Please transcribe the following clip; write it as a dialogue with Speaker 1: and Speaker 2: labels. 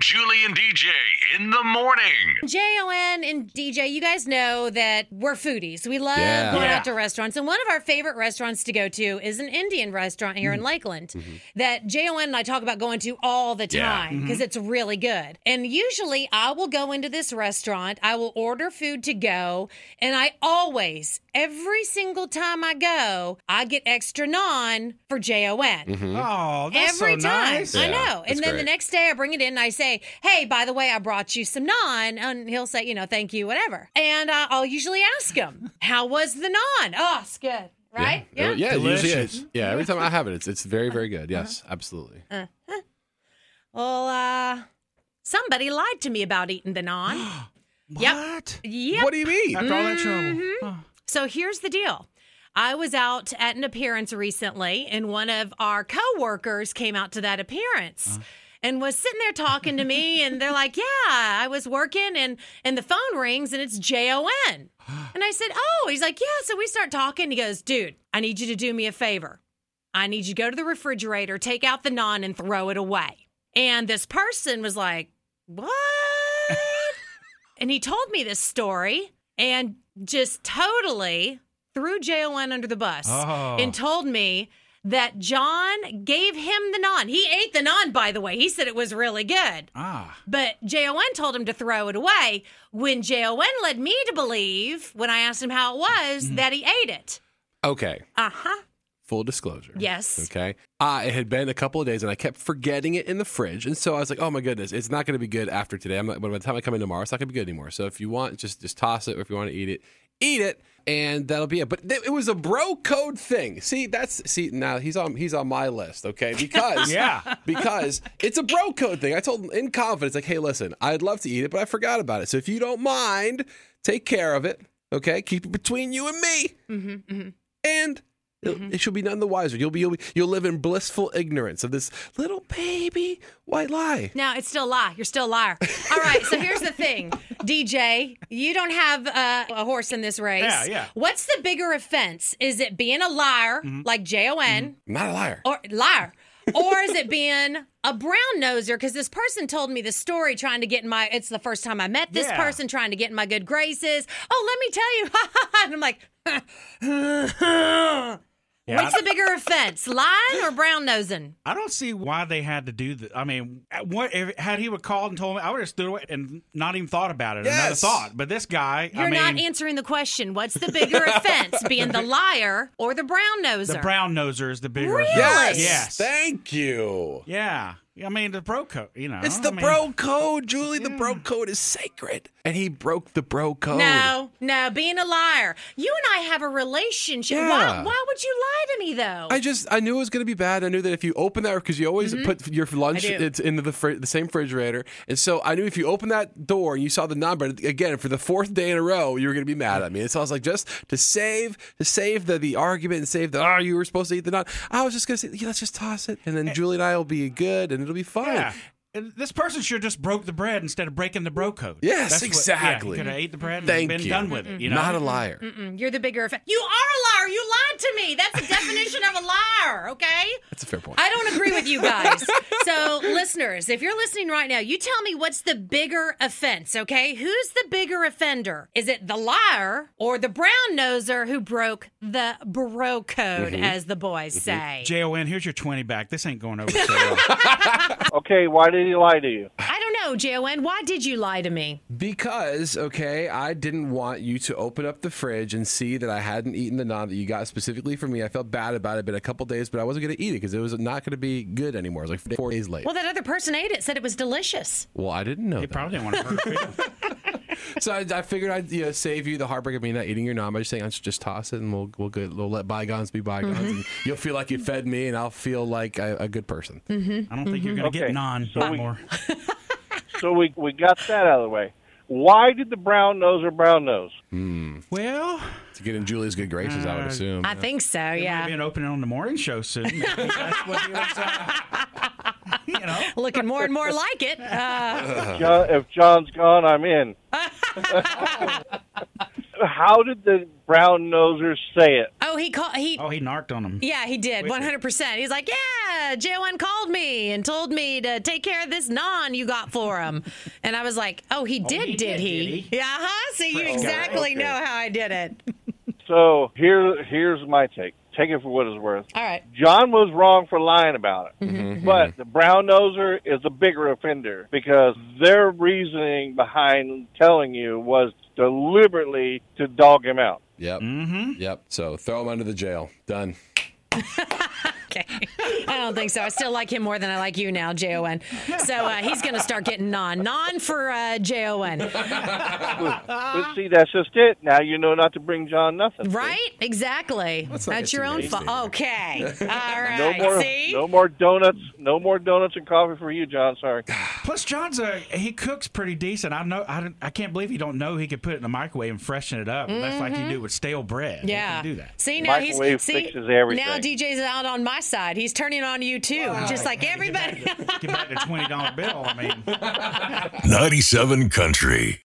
Speaker 1: Julie and DJ in the morning.
Speaker 2: JON and DJ, you guys know that we're foodies. We love
Speaker 3: Yeah.
Speaker 2: going
Speaker 4: Yeah.
Speaker 2: out to restaurants. And one of our favorite restaurants to go to is an Indian restaurant here
Speaker 3: Mm-hmm.
Speaker 2: in Lakeland that JON and I talk about going to all the
Speaker 3: Yeah.
Speaker 2: time because it's really good. And usually I will go into this restaurant, I will order food to go, and I always, every single time I go, I get extra naan for JON.
Speaker 3: Mm-hmm.
Speaker 4: Oh, that's
Speaker 2: Every
Speaker 4: so
Speaker 2: time.
Speaker 4: nice.
Speaker 2: I
Speaker 3: Yeah,
Speaker 2: know.
Speaker 3: that's
Speaker 2: And then the
Speaker 3: great.
Speaker 2: next day I bring it in and I say, hey, by the way, I brought you some naan. And he'll say, you know, thank you, whatever. And uh, I'll usually ask him, how was the naan? Oh, it's good. Right?
Speaker 3: Yeah, yeah usually
Speaker 4: Delicious.
Speaker 3: it's, yeah. Every time I have it, it's it's very very good. Yes,
Speaker 2: Uh-huh.
Speaker 3: absolutely.
Speaker 2: Well, uh, somebody lied to me about eating the naan.
Speaker 4: What?
Speaker 2: Yep. Mm-hmm. yep.
Speaker 3: What do you mean?
Speaker 4: After all that trouble. Huh.
Speaker 2: So here's the deal. I was out at an appearance recently, and one of our coworkers came out to that appearance. And was sitting there talking to me, and they're like, "Yeah, I was working, and and the phone rings, and it's J O N." And I said, "Oh," he's like, "Yeah." So we start talking. He goes, "Dude, I need you to do me a favor. I need you to go to the refrigerator, take out the naan, and throw it away." And this person was like, "What?" and he told me this story and just totally threw JON under the bus
Speaker 4: Oh.
Speaker 2: and told me that John gave him the naan. He ate the naan, by the way. He said it was really good.
Speaker 4: Ah.
Speaker 2: But JON told him to throw it away when JON led me to believe, when I asked him how it was,
Speaker 4: Mm-hmm.
Speaker 2: that he ate it.
Speaker 3: Okay.
Speaker 2: Uh huh.
Speaker 3: Full disclosure.
Speaker 2: Yes.
Speaker 3: Okay. Uh, it had been a couple of days, and I kept forgetting it in the fridge, and so I was like, "Oh my goodness, it's not going to be good after today. I'm not, by the time I come in tomorrow, it's not going to be good anymore. So if you want, just just toss it. Or if you want to eat it, eat it, and that'll be it." But th- it was a bro code thing. See, that's see now he's on he's on my list. Okay, because
Speaker 4: Yeah.
Speaker 3: because it's a bro code thing. I told him in confidence, like, "Hey, listen, I'd love to eat it, but I forgot about it. So if you don't mind, take care of it. Okay, keep it between you and me." and it'll- it shall be none the wiser. You'll be you'll, be, you'll live in blissful ignorance of this little baby white lie.
Speaker 2: No, it's still a lie. You're still a liar. All right, so here's the thing, DJ. You don't have uh, a horse in this race.
Speaker 4: Yeah, yeah. Mm-hmm.
Speaker 2: What's the bigger offense? Is it being a liar, like J O N,
Speaker 3: I'm not a liar.
Speaker 2: or liar? or is it being a brown noser? Because this person told me the story trying to get in my. It's the first time I met this
Speaker 4: Yeah.
Speaker 2: person trying to get in my good graces. Oh, let me tell you. and I'm like,
Speaker 4: Yeah,
Speaker 2: what's the bigger offense, lying or brown nosing?
Speaker 4: I don't see why they had to do that. I mean, what if, had he would called and told me? I would have stood away and not even thought about it. Another
Speaker 3: Yes.
Speaker 4: thought. But this guy,
Speaker 2: You're
Speaker 4: I mean,
Speaker 2: not answering the question. What's the bigger offense, being the liar or the brown noser?
Speaker 4: the brown noser is the bigger.
Speaker 2: Really?
Speaker 4: offense.
Speaker 3: yes.
Speaker 4: Yes.
Speaker 3: Thank you.
Speaker 4: yeah. I mean, the bro code. You know,
Speaker 3: It's
Speaker 4: Oh, I
Speaker 3: the
Speaker 4: mean-
Speaker 3: bro code, Julie. The bro code is sacred, and he broke the bro code.
Speaker 2: no, no, being a liar. You and I have a relationship. Why,
Speaker 3: Yeah.
Speaker 2: why would you lie to me though?
Speaker 3: I just I knew it was going to be bad. I knew that if you open that because you always
Speaker 4: Mm-hmm.
Speaker 3: put your lunch
Speaker 2: I do.
Speaker 3: it's into the fri- the same refrigerator, and so I knew if you open that door and you saw the non bread again for the fourth day in a row, you were going to be mad at me. And so I was like, just to save to save the the argument and save the oh you were supposed to eat the non. I was just going to say yeah, let's just toss it, and then Julie and I will be good, and it'll be fine.
Speaker 4: Eh. Yeah. And This person should have just broke the bread instead of breaking the bro code.
Speaker 3: Yes,
Speaker 4: what-
Speaker 3: exactly.
Speaker 4: yeah, could have ate the bread and
Speaker 3: Thank
Speaker 4: been
Speaker 3: you.
Speaker 4: done with it. You know, Mm-hmm.
Speaker 3: Not a liar.
Speaker 2: Mm, You're the bigger offense. You are a liar. You lied to me. That's the definition of a liar. Okay.
Speaker 3: That's a fair point.
Speaker 2: I don't agree with you guys. So, listeners, if you're listening right now, you tell me what's the bigger offense, okay? Who's the bigger offender? Is it the liar or the brown noser who broke the bro code, as the boys say?
Speaker 4: Mm-hmm. J O N. Here's your twenty back. This ain't going over so well.
Speaker 5: Okay, why did he lie to you?
Speaker 2: I don't know, J.O.N. Why did you lie to me?
Speaker 3: Because, okay, I didn't want you to open up the fridge and see that I hadn't eaten the naan that you got specifically for me. I felt bad about it. It'd been a couple days, but I wasn't going to eat it because it was not going to be good anymore. It was like four days late.
Speaker 2: Well, that other person ate it, said it was delicious.
Speaker 3: Well, I didn't know.
Speaker 4: He
Speaker 3: That.
Speaker 4: probably didn't want to hurt people.
Speaker 3: So I, I figured I'd you know, save you the heartbreak of me not eating your naan by just saying, I should just toss it and we'll, we'll, good, we'll let bygones be bygones.
Speaker 2: Mm-hmm.
Speaker 3: And you'll feel like you fed me and I'll feel like a, a good person.
Speaker 2: Mm-hmm.
Speaker 4: I don't think you're going to get
Speaker 5: Okay,
Speaker 4: none
Speaker 5: so we-
Speaker 4: anymore.
Speaker 5: So we we got that out of the way. Why did the brown nose or brown nose?
Speaker 4: Well,
Speaker 3: To get in Julie's good graces, I would assume.
Speaker 2: Uh, I think so,
Speaker 4: yeah.
Speaker 2: yeah.
Speaker 4: being opening on the morning show soon. Maybe that's what he was, uh, you know.
Speaker 2: Looking more and more like it. Uh,
Speaker 5: John, if John's gone, I'm in. How did the brown noser say it?
Speaker 2: oh, So he called. He
Speaker 4: Oh, he narked on him.
Speaker 2: yeah, he did one hundred percent. He's like, yeah, J1 called me and told me to take care of this non you got for him, and I was like, oh, he did,
Speaker 4: he
Speaker 2: did,
Speaker 4: did,
Speaker 2: he?
Speaker 4: did he?
Speaker 2: Yeah, huh? So you
Speaker 4: Praise God.
Speaker 2: exactly
Speaker 5: Okay.
Speaker 2: know how I did it.
Speaker 5: So here, here's my take. Take it for what it's worth.
Speaker 2: All right.
Speaker 5: John was wrong for lying about it. But the brown noser is a bigger offender because their reasoning behind telling you was deliberately to dog him out.
Speaker 3: Yep. Yep. So throw him under the jail. Done.
Speaker 2: Okay. I don't think so. I still like him more than I like you now, J-O-N. So uh, he's going to start getting non. Non for uh, J-O-N.
Speaker 5: But see, that's just it. Now you know not to bring John nothing.
Speaker 2: Right? Exactly. That's,
Speaker 3: not get
Speaker 2: your
Speaker 3: too
Speaker 2: own
Speaker 3: hasty.
Speaker 2: fault. Okay. All
Speaker 5: No
Speaker 2: right.
Speaker 5: more,
Speaker 2: See?
Speaker 5: no more donuts. No more donuts and coffee for you, John. Sorry.
Speaker 4: Plus, John's a he cooks pretty decent. I know. I, don't- I can't believe he don't know he could put it in the microwave and freshen it up. That's like
Speaker 5: Mm-hmm.
Speaker 4: you do with stale bread. You
Speaker 2: Yeah.
Speaker 4: can do that.
Speaker 2: See now
Speaker 5: Microwave
Speaker 2: he's see,
Speaker 5: fixes everything.
Speaker 2: Now DJ's out on my side. He's turning on you too, just like everybody.
Speaker 4: Get back to twenty dollar bill. I mean.
Speaker 1: 97 Country.